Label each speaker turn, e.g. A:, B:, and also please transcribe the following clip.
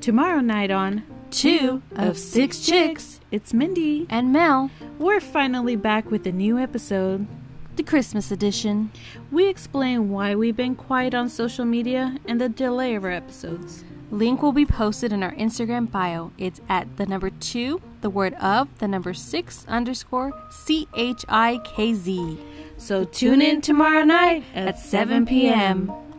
A: Tomorrow night on
B: Two of Six Chicks
A: it's Mindy.
B: and Mel,
A: We're finally back with a new episode.
B: the Christmas edition.
A: We explain why we've been quiet on social media and the delay of our episodes.
B: Link will be posted in our Instagram bio. It's at the number two, the word of, the number six underscore C H I K Z.
A: So tune in tomorrow night at 7 p.m.